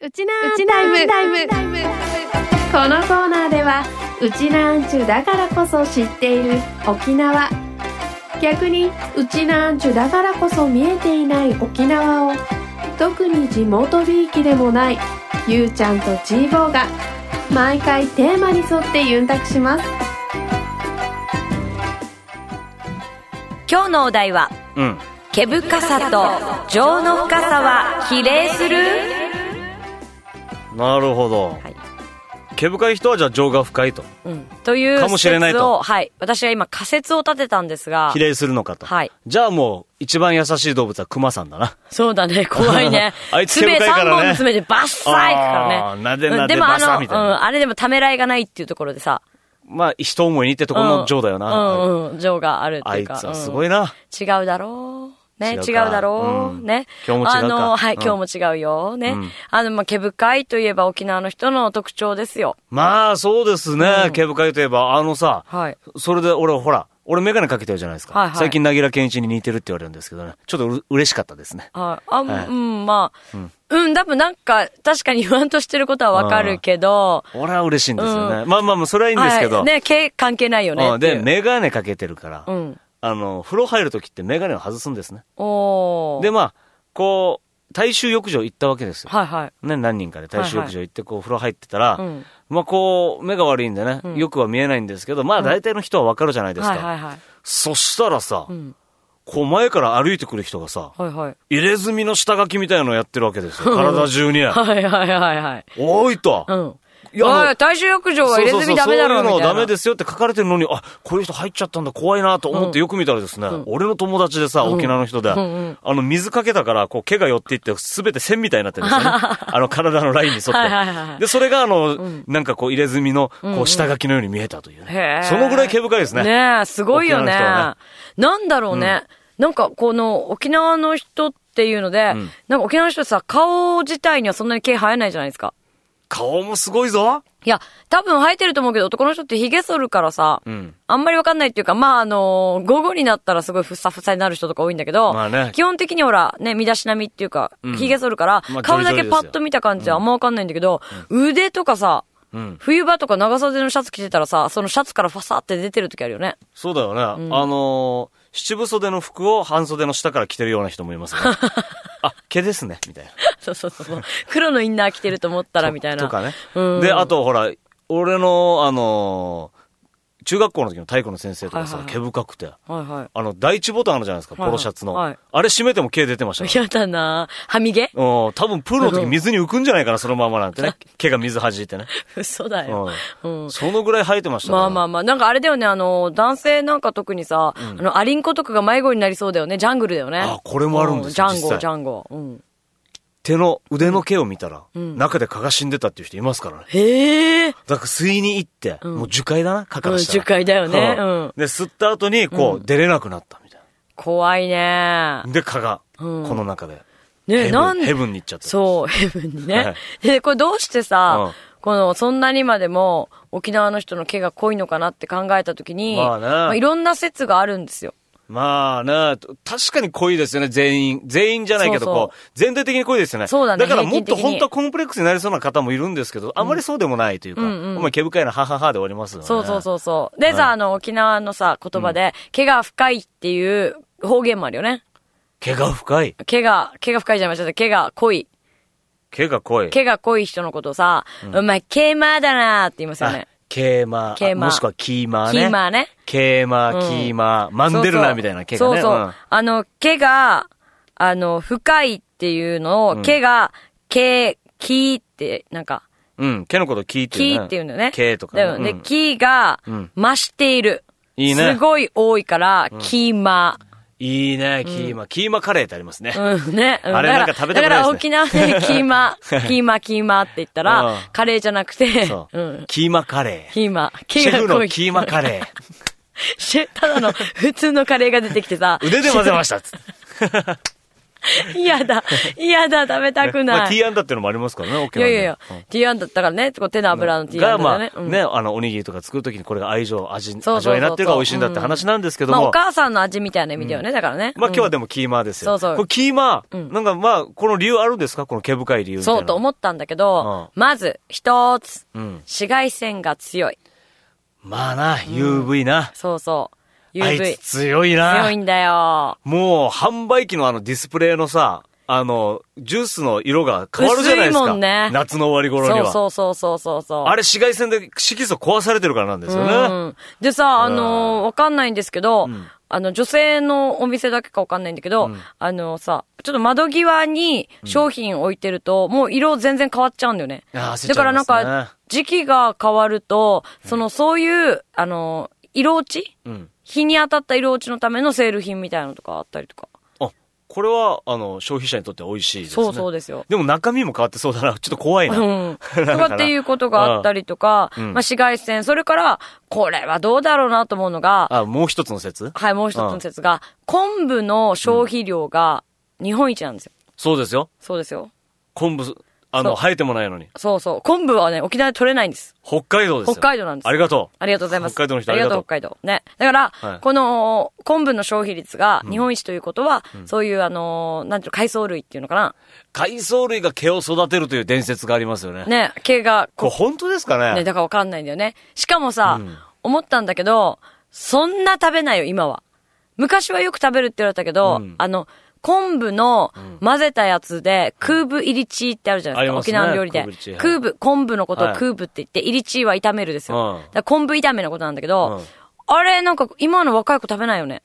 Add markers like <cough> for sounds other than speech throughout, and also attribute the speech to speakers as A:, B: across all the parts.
A: うちなータイムこのコーナーではうちなーんちゅだからこそ知っている沖縄逆にうちなーんちゅだからこそ見えていない沖縄を特に地元びいきでもないゆうちゃんとちーぼーが毎回テーマに沿ってゆんたくします
B: 今日のお題は
C: うん。
B: 毛深さと情の深さは比例する、
C: なるほど。
B: はい
C: 毛深い人はじゃあ情が深いと。
B: うん、という
C: かもしれないと
B: 説をはい、私が今仮説を立てたんですが
C: 比例するのかと。
B: はい
C: じゃあもう、一番優しい動物は熊さんだな。
B: そうだね、怖いね
C: <laughs> 。あいつ手
B: 爪
C: 深いからね
B: 3本の爪でバッサーいくから
C: あー
B: ね。
C: なでなで
B: うんでも
C: バ
B: あ
C: サ
B: の、
C: ーみたいな
B: うん、あれでもためらいがないっていうところでさ。
C: まあ、人思いにってところの情だよな。
B: うんうんうん、情があるって
C: あ
B: い
C: いう
B: か。
C: つは
B: うん
C: すごいな。
B: 違うだろう。ね、
C: 違
B: 違
C: う
B: う
C: か
B: だろ
C: う
B: う。
C: ん
B: ね。
C: 今日も違うか
B: あの、はい、
C: うん
B: 今日も違うよ。ね。
C: うん
B: あの、まあ、毛深いといえば沖縄の人の特徴ですよ。
C: まあ、そうですね。毛深いといえば、あのさ、
B: はい。
C: それで俺、ほら、俺メガネかけてるじゃないですか。
B: はいはい
C: 最近、なぎら健一に似てるって言われるんですけどね。ちょっとう嬉しかったですね。
B: はい。あ、
C: はい
B: うん、まあ、うん、多分なんか、確かに言わんとしてることはわかるけど、
C: 俺は嬉しいんですよね。
B: う
C: まあまあまあ、それはいいんですけど。
B: はい、ね、毛関係ないよね
C: う
B: っ
C: ん
B: てい
C: で、
B: う。
C: メガネかけてるから、
B: うん。
C: あの、風呂入るときってメガネを外すんですね。
B: おー。
C: で、まあ、こう、大衆浴場行ったわけですよ。
B: はいはい。
C: ね、何人かで大衆浴場行って、こう、風呂入ってたら、
B: うん
C: まあ、こう、目が悪いんでね、
B: ん
C: よくは見えないんですけど、まあ、大体の人はわかるじゃないですか。
B: はいはいはい。
C: そしたらさ、
B: うん。
C: こう、前から歩いてくる人がさ、
B: はいはい。
C: 入れ墨の下書きみたいなのをやってるわけです
B: <laughs>
C: よ。体中に。
B: はいはいはいはい。
C: おいと。
B: うん。
C: いや
B: おい大衆浴場は入れ墨ダメだろ
C: そうそうそうそういうの
B: みたいな。
C: ダメですよって書かれてるのに、あ、こういう人入っちゃったんだ、怖いなと思ってよく見たらですね、俺の友達でさ、沖縄の人で、あの、水かけたから、こう、毛が寄っていって、すべて線みたいになってる
B: <laughs>
C: んですよね。あの、体のラインに沿って。
B: はいはいはい
C: で、それが、あの、なんかこう、入れ墨の、こう、下書きのように見えたというね。そのぐらい毛深いですね。
B: ねえ、すごいよね。
C: 沖縄の人は
B: なんだろうね。なんか、この、沖縄の人っていうので、
C: ん
B: なんか沖縄の人さ、顔自体にはそんなに毛生えないじゃないですか。
C: 顔もすごいぞ。
B: いや、多分生えてると思うけど、男の人って髭剃るからさ、
C: ん
B: あんまりわかんないっていうか、まあ、あのー午後になったらすごいふさふさになる人とか多いんだけど、
C: まあね
B: 基本的にほら、ね、身だしなみっていうか、
C: うん
B: 髭剃るから、
C: まあ
B: 顔だ
C: ジョリジョリ
B: け
C: ですよ
B: パッと見た感じはあんまわかんないんだけど、腕とかさ、
C: うん。
B: 冬場とか長袖のシャツ着てたらさ、そのシャツからファサって出てる時あるよ
C: <laughs>
B: ね。
C: そうだよね。あのー七分袖の服を半袖の下から着てるような人もい
B: <laughs>
C: ますよね。あ、毛ですね、みたいな。
B: そうそうそう。 <laughs> 黒のインナー着てると思ったらみたいな。
C: とかね。
B: うん
C: で、あとほら、俺の、あのー中学校の時の体育の先生とかさ、
B: はいはい
C: 毛深くて、
B: はいは
C: あの、第一ボタンあるじゃないですか、ポロシャツの。
B: はいはい
C: あれ締めても毛出てました
B: い。
C: から。
B: 嫌だな歯磨き
C: うん、多分プールの時水に浮くんじゃないかな、そのままなんてね。毛が水弾いてね。
B: <laughs> 嘘だよ。
C: う。
B: うんん。
C: そのぐらい生えてましたから
B: まあまあまあ、なんかあれだよね、あの、男性なんか特にさ、あの、アリンコとかが迷子になりそうだよね、ジャングルだよね。
C: あこれもあるんですよ
B: うジャン
C: 実
B: ゴ、
C: 際
B: ジャンゴ。うん。
C: 手の腕の毛を見たら、中で蚊が死んでたっていう人いますからね。
B: へえ。
C: だから吸いに行って、もう樹海だな、蚊からしたら。
B: うん樹海だよねうん
C: で、吸った後に、こう、出れなくなったみたい
B: 怖いね
C: な。。で、蚊が、こ
B: うん
C: の中で。ヘブ
B: ね
C: ン
B: なん
C: ヘブンに行っちゃった。
B: そう、 <laughs> ヘブンにね。
C: はい
B: で、これどうしてさ、
C: う
B: この、そんなにまでも、沖縄の人の毛が濃いのかなって考えたときに、
C: まあね
B: いろんな説があるんですよ。
C: まあね、確かに濃いですよね、全員。全員じゃないけど、
B: そうそう
C: こう、全体的に濃いですよね。
B: そうだね
C: からもっ
B: 平均的
C: と
B: に
C: 本当はコンプレックスになりそうな方もいるんですけど、あまりそうでもないというか、
B: うんうん
C: お前毛深いな、はははで終わりますよね。
B: そうそう
C: う。
B: そうそう。で
C: はい
B: さ、あの、沖縄のさ、言葉で、毛が深いっていう方言もあるよね。
C: 毛が深い。
B: 毛が、毛が深いじゃないました。毛が濃い。
C: 毛が濃い。
B: 毛が濃い人のことをさ、お前、毛マーだなーって言いますよ
C: あ
B: ね。
C: 毛マ
B: 毛
C: ー。
B: 馬
C: もしくはキーマーね。
B: キーマーね
C: 毛マ
B: うん
C: ー、キーマー。マンデルナーみたいな毛が
B: そ
C: ね。
B: うそう。
C: うん
B: あの、毛が、あの、深いっていうのを、毛が、毛、木って、なんか、
C: うん、毛のことキーっていう
B: 木
C: ね。
B: っていうんだよね。
C: 毛とか
B: だよね。
C: うん
B: で、木が
C: うん、
B: 増している。
C: いいね
B: すごい多いから、キーマー。
C: いいね、キーマー。キーマーカレーってありますね。
B: うんね。うん
C: あれ
B: だ
C: なん
B: ら
C: か食べたくな
B: だ
C: いですね
B: から沖縄でキーマ、キーマ、キーマって言った
C: <laughs> うん
B: ら、カレーじゃなくて、
C: そう、
B: うん。
C: キーマカレー。
B: キーマ。
C: シェフの
B: キ
C: キーマカレー。
B: ー。
C: <laughs>。
B: ただの普通のカレーが出てきてさ
C: 腕で混ぜましたっつって
B: 嫌だ。嫌だ、食べたく
C: まあ、
B: ない
C: T アンダっていうのもありますからね、沖
B: いやい
C: 縄には
B: やいや
C: うん、
B: ティーアンだったからね、こう手の油のティーア
C: が、
B: ンだ
C: ま
B: ね。
C: あ、
B: うん
C: ね、あの、おにぎりとか作るときにこれが愛情、味、
B: そうそう
C: 味わいになってるから美味しいんだっ
B: そう
C: て
B: そううん
C: 話なんですけど
B: まあ、お
C: も、
B: 母さんの味みたいな意味だよね、だからね。
C: まあ今日は
B: で
C: でもキーマーですよ。
B: そうそう
C: これキーマ
B: う
C: ー、
B: ん
C: なんかまあ、この理由あるんですかこの毛深い理由みたいな。
B: そうと思ったんだけど、まず、一つ、
C: うん。
B: 紫外線が強い。
C: まあな、UV な。
B: そうそう。
C: あ
B: UV
C: い。つ強いな。
B: 強いんだよ。
C: もう、販売機のあのディスプレイのさ、あの、ジュースの色が変わるじゃないですか。
B: 薄いもんね
C: 夏の終わり頃には。
B: そうそうそうそうそう。
C: あれ紫外線で色素壊されてるからなんですよね。
B: うんでさ、あのーわかんないんですけど、
C: ん
B: あの、女性のお店だけかわかんないんだけど、あのさ、ちょっと窓際に商品置いてると、もう色全然変わっちゃうんだよね。
C: あー焦っちゃいます
B: だ
C: ね
B: からなんか、時期が変わると、その、そういう、あのー色落ち、
C: うん
B: 日に当たった色落ちのためのセール品みたいなのとかあったりとか。
C: あ、これは、あの、消費者にとっては美味しいですね。
B: そうそうですよ。
C: でも中身も変わってそうだな。 <laughs> ちょっと怖いな。 <laughs>
B: うん。とかっていうことがあったりとか、
C: うん
B: まあ紫外線、それから、これはどうだろうなと思うのが、
C: あ、もう一つの説
B: はい、もう一つの説が、昆布の消費量が日本一なんですよ。
C: そうですよ。
B: そうですよ。
C: 昆布、あ
B: そ
C: の、
B: う
C: 生えてもないのに。
B: そうそう。昆布はね、沖縄で取れないんです。
C: 北海道ですよ。
B: 北海道なんです
C: ありがとう。
B: ありがとうございます。
C: 北海道の人
B: ありがと
C: あ
B: う、
C: り
B: 北海道。ね。だから、
C: はい
B: この、昆布の消費率が日本一ということは、そういう、あのー、なんていうの海藻類っていうのかな。
C: 海藻類が毛を育てるという伝説がありますよね。
B: ね、毛が、
C: これ
B: こ
C: 本当ですか
B: う、
C: ね
B: ね、だからわかんないんだよね。しかもさ、
C: うん
B: 思ったんだけど、そんな食べないよ、今は。昔はよく食べるって言われたけど、
C: うん
B: あの、昆布の混ぜたやつで、クーブ入りチーってあるじゃないですか、
C: あります
B: 沖
C: ね
B: 縄の料理で
C: クーブ入りチー。はい
B: クーブ、昆布のこと
C: は
B: を
C: い
B: クーブって言って、入りチーは炒めるですよ。
C: うん
B: だから昆布炒めのことなんだけど、
C: うん
B: あれ、なんか今の若い子食べないよね。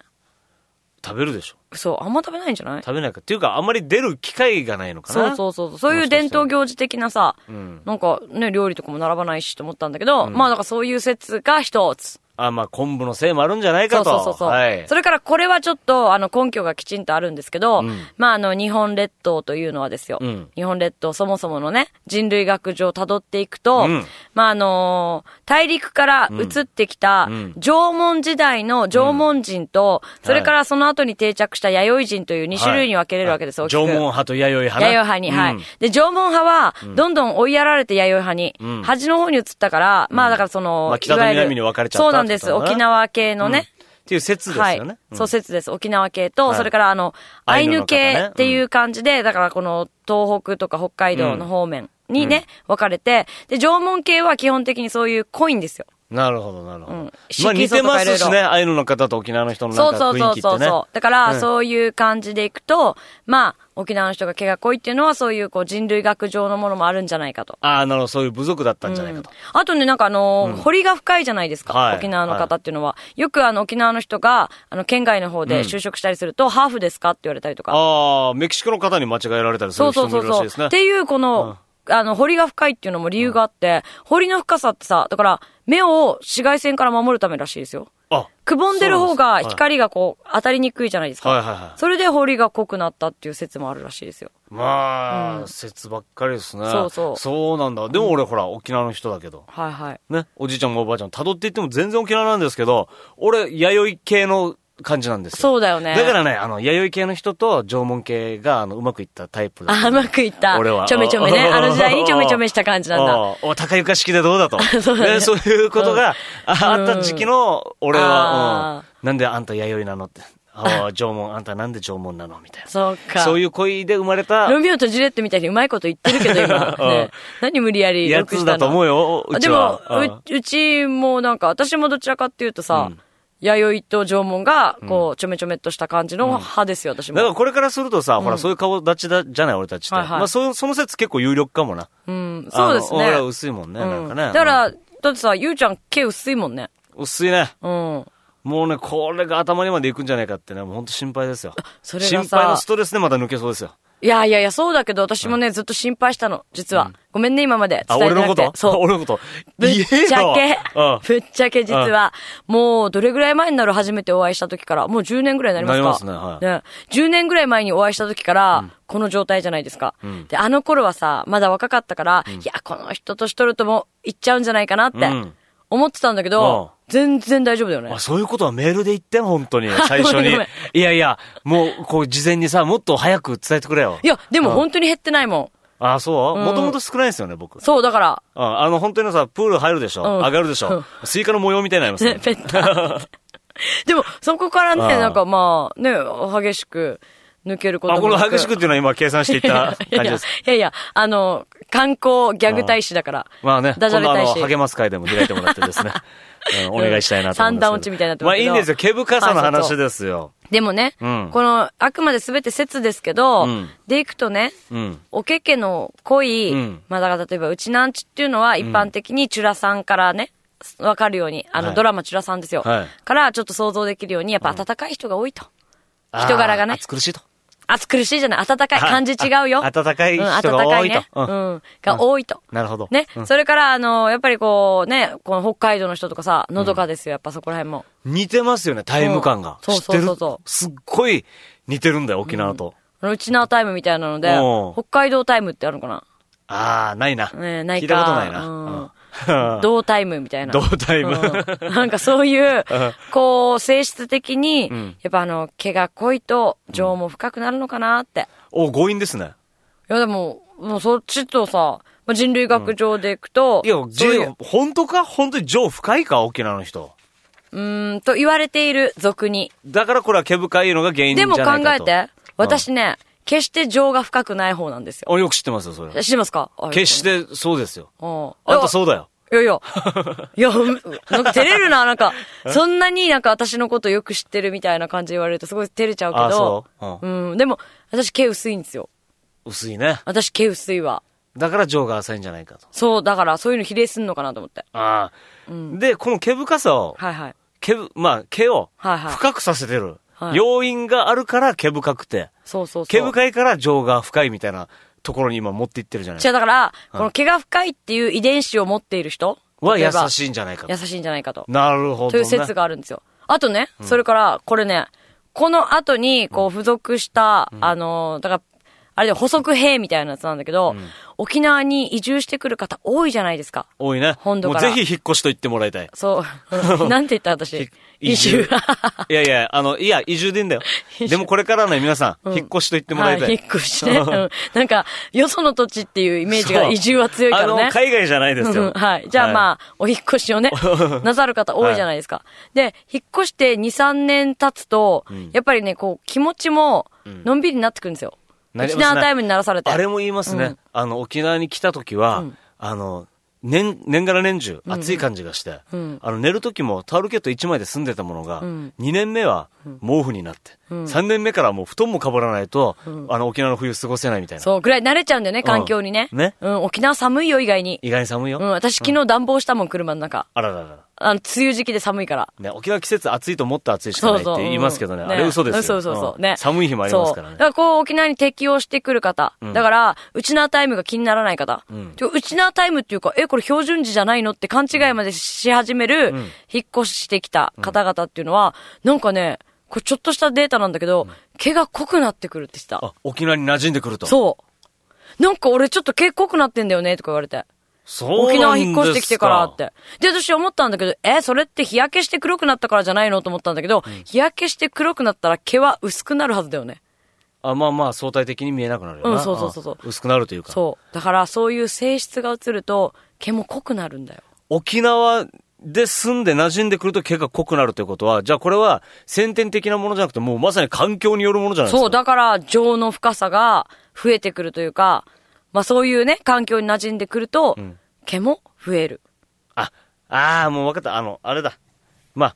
C: 食べるでしょ。
B: そう、あんま食べないんじゃない
C: 食べないか。っていうか、あんまり出る機会がないのか
B: そう
C: な。
B: そうそうそう。そういう伝統行事的なさ、
C: うん。
B: なんかね、料理とかも並ばないしと思ったんだけど、まあだからそういう説が一つ。
C: あ、まあ、昆布のせいもあるんじゃない
B: そ
C: か
B: う
C: と。
B: そうそうそう、
C: はい
B: そ。れからこれはちょっと、あの、根拠がきちんとあるんですけど、
C: うん
B: まあ、あの、日本列島というのはですよ。
C: うん
B: 日本列島、そもそものね、人類学上辿っていくと、
C: うん
B: まあ、あのー大陸から移ってきた
C: うんうん、
B: 縄文時代の縄文人と、
C: い
B: それからその後に定着した弥生人という2種類に分けれるわけです、よ
C: はい縄文派と弥生派な。
B: 弥生派に、はい
C: うん。
B: で、縄文派は、どんどん追いやられて弥生派に、
C: ん
B: 端の方に移ったから、まあだからその、
C: まあ北
B: い
C: と
B: わゆる
C: 南に分かれちゃった
B: そうなんです。
C: ってことだな
B: 沖縄系の
C: うんっ
B: ね。
C: ていう説ですよね。
B: は
C: う
B: い。
C: ん
B: そう説です。沖縄系と、
C: はい
B: それからあの、ア
C: ア
B: イ
C: イヌ
B: ヌ
C: の方ね
B: 系っていう感じで、だからこの東北とか北海道の方面にね、分かれて、で、縄文系は基本的にそういう濃いんですよ。
C: なるほど、なるほど。
B: うん
C: まあ似てます
B: 色
C: し
B: 々
C: ね、アイヌの方と沖縄の人のな
B: そ
C: ん
B: う
C: か
B: そう
C: 雰
B: そ
C: 囲
B: う
C: 気ってね。
B: そうそう。だから、
C: う
B: そういう感じでいくと、まあ、沖縄の人が毛が濃いっていうのは、そういうこう人類学上のものもあるんじゃないかと。
C: ん。ああ、なるほど、そういう部族だったんじゃないかと。
B: あとね、なんかあのー堀が深いじゃないですか、
C: はい
B: 沖縄の方っていうのは。よくあの、沖縄の人が、あの、県外の方で就職したりすると、ハーフですかって言われたりとか。
C: ああ、メキシコの方に間違えられたりす
B: そ
C: る
B: うそ
C: 人
B: うそ
C: もいうるらし
B: そ。
C: いうですね
B: っ。ていう、この、あの、堀が深いっていうのも理由があって、堀の深さってさ、だから、目を紫外線から守るためらしいですよ。
C: あ、
B: くぼんでる方が
C: そうなんです
B: 光がこう、当たりにくいじゃないですか。
C: はいはいはい。
B: それで堀が濃くなったっていう説もあるらしいですよ。
C: まあ、説ばっかりですね。
B: そうそう
C: そうなんだ。でも俺ほら、沖縄の人だけど。
B: はいはい。
C: ね、おじいちゃんもおばあちゃん、辿っていっても全然沖縄なんですけど、俺、弥生系の感じなんですよ。
B: そうだよね。
C: だからね、あの、弥生系の人と縄文系が、あの、うまくいったタイプだと思
B: あ、うまくいった。
C: 俺は。
B: ちょめちょめ
C: <laughs>
B: ね。
C: お
B: あの時代にちょめちょめした感じ
C: <laughs>
B: なん <laughs> だ。。
C: おおお高床式でどうだと。
B: <laughs> そうだね
C: ねそういうこと
B: <laughs>
C: が、ああった時期の、俺
B: あ
C: は、うんなんであんた弥生なのって。ああ、縄文、あんたなんで縄文なのみたいな。
B: そうか。
C: そういう恋で生まれた
B: ロミオとジュレットみたいにうまいこと言ってるけど、 <laughs> 今。
C: うん
B: ね、何無理やり
C: や
B: 良くし
C: つ
B: た
C: だと思
B: の。
C: うよ、う
B: あで
C: ち
B: も
C: は。うん、
B: う、うちもなんか、私もどちらかっていうとさ、弥生と縄文が、こう、ちょめちょめっとした感じの派ですよ、私
C: だから
B: も。
C: これからするとさ、ほら、そういう顔立ちだ、じゃない俺たちって。
B: はいはい
C: まあ、そうその説結構有力かもな。
B: うん、そうですね
C: あの。俺ら薄いもんね、なん
B: う
C: か
B: ん
C: ね。
B: だか
C: う
B: ら、
C: ん、
B: だってさ、ゆうちゃん毛薄いもんね。
C: 薄いね。
B: うん。
C: もうね、これが頭にまで行くんじゃないかってね、もうほんと心配ですよ。
B: それがさ
C: 心配のストレスでまた抜けそうですよ。
B: いやいやいや、そうだけど、私もね、ずっと心配したの、実は。ごめんね、今まで。
C: あ、
B: 伝え
C: 俺
B: てな
C: の
B: く
C: こ
B: て
C: と。
B: そう
C: 俺のこと。
B: ぶっちゃ
C: 言え
B: け
C: ようん、
B: ぶっちゃけ実は、もうどれぐらい前になる初めてお会いした時から、もう10年ぐらいになりますか
C: なりますねはい
B: 10年ぐらい前にお会いした時から、この状態じゃないですか。で、あの頃はさ、まだ若かったから、いや、この人年取るともう行っちゃうんじゃないかなって
C: うん
B: 思ってたんだけど、全然大丈夫だよね
C: あ。そういうことはメールで言って本当
B: <laughs>
C: に、最初に
B: ごめんごめん。
C: いやいや、もう、こう、事前にさ、もっと早く伝えてくれよ
B: い。や、でも
C: うん
B: 本当に減ってないも
C: ああ、そう
B: うん
C: もともと少ないですよね、僕
B: ん。。そう、だから、
C: ああの、本当にさ、プール入るでしょ、
B: うん
C: 上がるでしょ、スイカの模様みたいになります
B: ね <laughs>
C: ね、。
B: ペッタって。でも、そこからね、
C: ああ
B: なんかまあ、ね、激しく抜けること
C: あ、この激しくっていうのは今計算していっ
B: い
C: た
B: やいや
C: 感じです。
B: いやいや、あの、観光ギャグ大使だから。
C: まあね、
B: ダ
C: 今
B: ジャレ
C: 度あ
B: 大
C: の、
B: 使。
C: 励ます会でも開いてもらって
B: <laughs>
C: ですね、うんお願いしたいなと思い
B: 三
C: ますけど。
B: 段落ちみたいになって
C: ま
B: ます
C: あ
B: け
C: い
B: ど
C: いんですよ、毛深さの話ですよ。
B: でもね、
C: うん
B: この、あくまで全て説ですけど、
C: うん
B: でいくとね、
C: うん。
B: おけけの濃い、
C: うん
B: まあだから例えば、うちなんちっていうのは一般的にチュラさんからね、わかるように、あの、
C: はい
B: ドラマチュラさんですよ。
C: はい
B: から、ちょっと想像できるように、やっぱ暖かい人が多いと。人柄がね
C: あー暑苦しいと。
B: 暑苦しいじゃない暖かい感じ違うよ。
C: ああ暖かい人が
B: うん暖か
C: 多いと
B: ねう
C: うんん。
B: が多いと。
C: なるほど。
B: ね、
C: うん
B: それから、あの、やっぱりこう、ね、この北海道の人とかさ、のどかですよ、やっぱそこら辺も。
C: 似てますよね、タイム感が。
B: うん
C: 知って
B: そうそ
C: る
B: うそうそ
C: すっごい似てるんだよ、沖縄と。
B: あのうちなタイムみたいなので
C: お、う
B: 北海道タイムってあるのかな
C: ああ、ないな。
B: ねないか
C: 聞いたことないな。うん
B: 同タイムみたいな。
C: 同タイム
B: うんなんかそういう、こう、性質的に
C: ん、
B: やっぱあの、毛が濃いと、情も深くなるのかなって。
C: <laughs> お、強引ですね。
B: いやでも、もうそっちとさ、まあ人類学上でいくと、
C: いや、
B: そういう
C: ジェイ本当か本当に情深いか沖縄の人。
B: うーんと言われている俗に。
C: だからこれは毛深いのが原因じ
B: で
C: ゃな
B: も
C: いか
B: 考
C: と。
B: えて、私ね、決して情が深くない方なんですよ。
C: あ。よく知ってますよ、それ。
B: 知ってますか。
C: 決しててそうですよ。
B: うん。
C: あんたそうだよ。
B: いやいや。い
C: <laughs>
B: や、うんなんか照れるな、なんか。そんなになんか私のことよく知ってるみたいな感じで言われるとすごい照れちゃうけど。
C: あそう
B: うん。でも、私毛薄いんですよ。
C: 薄いね。
B: 私毛薄いわ。
C: だから情が浅いんじゃないかと。
B: そう、だからそういうの比例すんのかなと思って。
C: ああ、で、この毛深さを、
B: はいはい。
C: 毛ぶ、まあ、毛を
B: はいはい
C: 深くさせてる。
B: はい
C: 要因があるから毛深くて。
B: そうそうそう。
C: 毛深いから情が深いみたいなところに今持っていってるじゃない
B: じゃあだから、この
C: はい
B: 毛が深いっていう遺伝子を持っている人
C: は優
B: い。
C: しいんじゃないか
B: 優
C: と。
B: しいんじゃないかと。
C: なるほど、ね。
B: という説があるんですよ。あとね、それから、これね、この後に、こう、付属した、あの、だから、あれで補足兵みたいなやつなんだけど、沖縄に移住してくる方多いじゃないですか。
C: 多いね。
B: 本土から
C: もうぜひ引っ越しと言ってもらいたい。
B: そう。
C: <laughs>
B: なんて言った私。移住。
C: いやいや、あの、いや、移住でいいんだよ。でもこれからね、皆さん、引っ越しと言ってもらいた
B: <laughs>
C: い。
B: はい、引っ越しね。うんなんか、よその土地っていうイメージが
C: そう
B: 移住は強いか
C: あ
B: ら
C: の
B: ね。、
C: 海外じゃないです
B: うん
C: よ。
B: はい。じゃあまあ、お引っ越しを
C: <laughs>
B: ね、なさる方多いじゃないですか。で、引っ越して2、3年経つと、やっぱりね、こう、気持ちも、のんびりになってくるんですよ。
C: なります
B: 沖
C: ね
B: 縄タイムにならされて。
C: あれも言いますね。
B: うん
C: あの、沖縄に来た時は、あの、年、年がら年中、暑い感じがして、あの、寝る時もタオルケット1枚で済んでたものが、2年目は毛布になって、3年目からもう布団もかぶらないと、あの、沖縄の冬過ごせないみたいな。
B: そう、ぐらい慣れちゃうんだよね、環境にね。
C: うんね
B: うん、沖縄寒いよ、意外に。
C: 意外に寒いよ。
B: うん、私昨日暖房したもん、車の中。
C: あらららら。
B: あの、梅雨時期で寒いから。
C: ね、沖縄季節暑いともっと暑いしかないって言いますけどね。
B: うん
C: あれ嘘ですよ。
B: そうそうそう。
C: うん
B: ね。
C: 寒い日もありますから
B: そう
C: ね
B: だ。からこう、沖縄に適応してくる方。だから、ウチナータイムが気にならない方。
C: ん
B: てかウチナータイムっていうか、え、これ標準時じゃないのって勘違いまでし始める、引っ越してきた方々っていうのは、なんかね、これちょっとしたデータなんだけど、毛が濃くなってくるって言ってた。
C: あ、沖縄に馴染んでくると。
B: そう。なんか俺ちょっと毛濃くなってんだよねとか言われて。
C: そうなんです
B: 沖縄引っ越してきてからって。で、私思ったんだけど、え、それって日焼けして黒くなったからじゃないのと思ったんだけど、日焼けして黒くなったら毛は薄くなるはずだよね。
C: あ、まあまあ、相対的に見えなくなるよ
B: う
C: な。
B: んそうそうそうそうん
C: 薄くなるというか。
B: そう。だからそういう性質が移ると、毛も濃くなるんだよ。
C: 沖縄で住んで馴染んでくると毛が濃くなるということは、じゃあこれは先天的なものじゃなくて、もうまさに環境によるものじゃないですか。
B: そう、だから情の深さが増えてくるというか、まあそういうね、環境に馴染んでくると、毛も増える。
C: あ、ああ、もう分かった。あの、あれだ。まあ、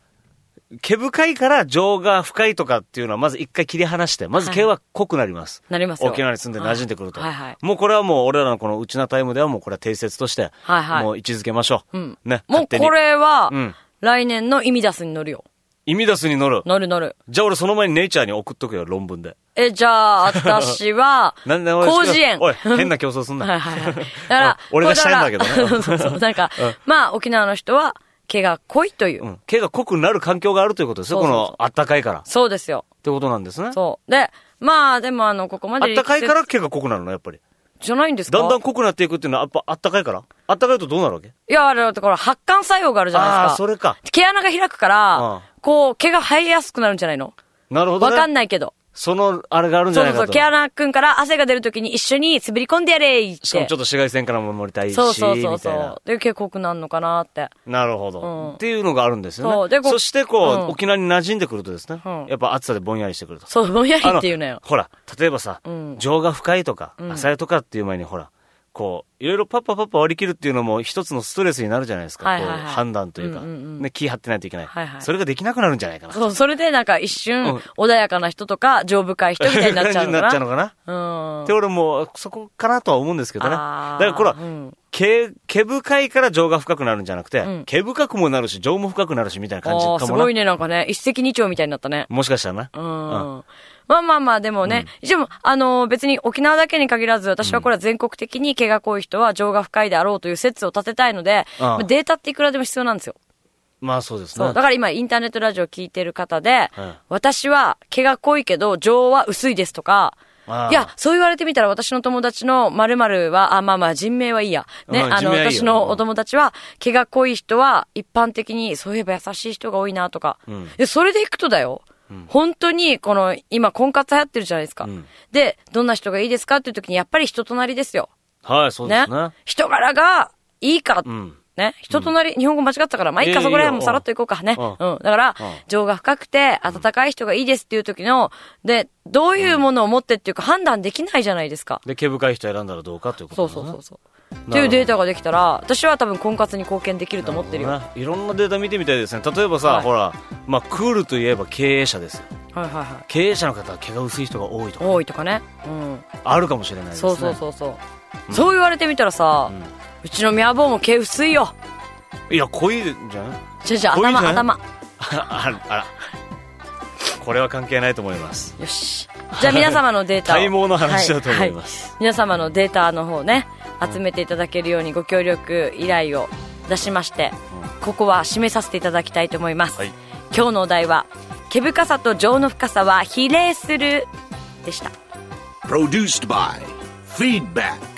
C: 毛深いから情が深いとかっていうのはまず一回切り離して、まず毛は濃くなります。
B: なりますよ
C: 沖縄に住んで馴染んでくると。
B: はいはい
C: もうこれはもう俺らのこのうちなタイムではもうこれは定説として、
B: はいはい
C: もう位置づけましょう。
B: うん
C: ね。
B: もう
C: 勝手に
B: こ。れは
C: うん、
B: 来年の意味出すに乗るよ。
C: イミダスに乗る。
B: 乗る乗る。
C: じゃあ俺その前にネイチャーに送っとくよ、論文で。、
B: え、じゃあ、私は
C: なんで俺
B: 広辞苑。
C: おい、変な競争
B: <laughs>
C: すんな。
B: はいはいはい。だ
C: <laughs>
B: から、
C: 俺がしたいんだけ
B: こ
C: ど
B: れ
C: ね
B: から <laughs> そうそう。なんか、まあ、沖縄の人は、毛が濃いという。
C: うん。毛が濃くなる環境があるということですよ。
B: そうそうそう
C: この、あったかいから。っ
B: そうですよ。
C: てことなんですね。
B: そう。で、まあ、でもあの、ここま
C: あ
B: で
C: ったかいから毛が濃くなるの、やっぱり。
B: じゃないんですか
C: だんだん濃くなっていくっていうのはやっぱあったかいからあったかいとどうなるわけ
B: いや、あれだってこれ発汗作用があるじゃない
C: あ
B: で
C: あー、
B: すか。
C: それか。
B: 毛穴が開くから、
C: うん
B: こう、毛が生えやすくなるんじゃないの
C: なるほど、
B: わ
C: ね。
B: かんないけど。
C: その、あれがあるんじ
B: そ
C: ゃ
B: う
C: な
B: そそ
C: いうか
B: う、
C: と。
B: 毛穴くんから汗が出るときに一緒に滑り込んでやれーって。
C: しかもちょっと紫外線からも守りたいし、
B: そうそうそう
C: みたいな
B: そ。う。で、結構濃くなるのかなって。
C: なるほど、
B: うん
C: っていうのがあるんです
B: そ
C: よ
B: う
C: ね
B: で。
C: そ
B: こう
C: してこう、
B: うん
C: 沖縄に馴染んでくるとですね、
B: うん
C: やっぱ暑さでぼんやりしてくると。
B: そう、ぼんやり
C: あ
B: っていうのよ。
C: ほら、例えばさ、
B: うん
C: 情が深いとか、
B: うん
C: 浅いとかっていう前にほら、こう、いろいろパッパパッパ割り切るっていうのも一つのストレスになるじゃないですか。
B: はいはいはい
C: こう判断というか、
B: うんうんうん
C: ね、気張ってないといけない,、
B: はいはい
C: それができなくなるんじゃないか
B: <laughs>
C: な。
B: そう、それでなんか一
C: うん
B: 瞬、穏やかな人とか、情深い人みたいになっちゃうの
C: <laughs> 感じになっちゃう
B: か
C: のかな。
B: な。うん。
C: で、俺も、そこかなとは思うんですけどね。だ
B: あ
C: か
B: ー
C: ら、これは
B: うん
C: 毛、毛深いから情が深くなるんじゃなくて、
B: ん
C: 毛深くもなるし、情も深くなるし、みたいな感じか
B: あ
C: も
B: あ、
C: な。
B: すごいね、なんかね、一石二鳥みたいになったね。
C: もしかしたらな。
B: うん
C: うん。
B: まあまあまあ、でもね、でも、あのー、別に沖縄だけに限らず、私はこれは全国的に毛が濃い人は情が深いであろうという説を立てたいので、
C: うん
B: まあデータっていくらでも必要なんですよ。
C: まあそうです
B: そう。
C: ね
B: だ。から今、インターネットラジオ聞いてる方で、
C: うん
B: 私は毛が濃いけど、情は薄いですとか、
C: ああ
B: いや、そう言われてみたら私の友達の〇〇は、あ、まあまあ人名はいいや。ね、
C: うん
B: あ
C: 人
B: の、
C: 名はいいよ
B: 私のお友達は、毛が濃い人は、一般的に、そういえば優しい人が多いなとか。
C: うん
B: で、それでいくとだよ。本当に、この、今、婚活流行ってるじゃないですか。
C: ん
B: で、どんな人がいいですかっていう時に、やっぱり人となりですよ。
C: はい、そうで
B: ね
C: すね。。
B: 人柄がいいから、
C: ん
B: ね。人となり、日本語間違ったから、まあ、いい
C: いや
B: か、
C: いや
B: そこら辺もさらっといこうかね。
C: うん
B: うん。だから、情が深くて、温かい人がいいですっていう時の、で、どういうものを持ってっていうか判断できないじゃないですか。
C: で、毛深い人選んだらどうかというこ
B: そう
C: とです
B: そ
C: ね。
B: うそうそう。
C: ほど
B: っていうデータができたら、私は多分婚活に貢献できると思ってるよ。
C: な
B: はい
C: ほどねいろんなデータ見てみたいですね。例えばさ、
B: はい
C: ほら、まあ、クールといえば経営者ですよ。
B: はいはい。
C: 経営者の方は毛が薄い人が多いとか、
B: 多いとかね。うん。
C: あるかもしれないですね。
B: そうそうそうそう。そう言われてみたらさ、うちのミャボーも毛薄いよ。
C: いや、濃いじゃん <laughs>
B: じゃじゃ、
C: 濃いじゃん
B: 頭、頭。
C: あら、あら。これは関係ないと思います。
B: よし。じゃあ皆様のデー
C: <laughs>
B: タを。。
C: 体毛の話だと思いますす。
B: はい皆様のデータの方ね、集めていただけるようにご協力依頼を出しまして、ここは締めさせていただきたいと思います。
C: はい
B: 今日のお題は、毛深さと情の深さは比例するでした。
D: Produced by Feedback.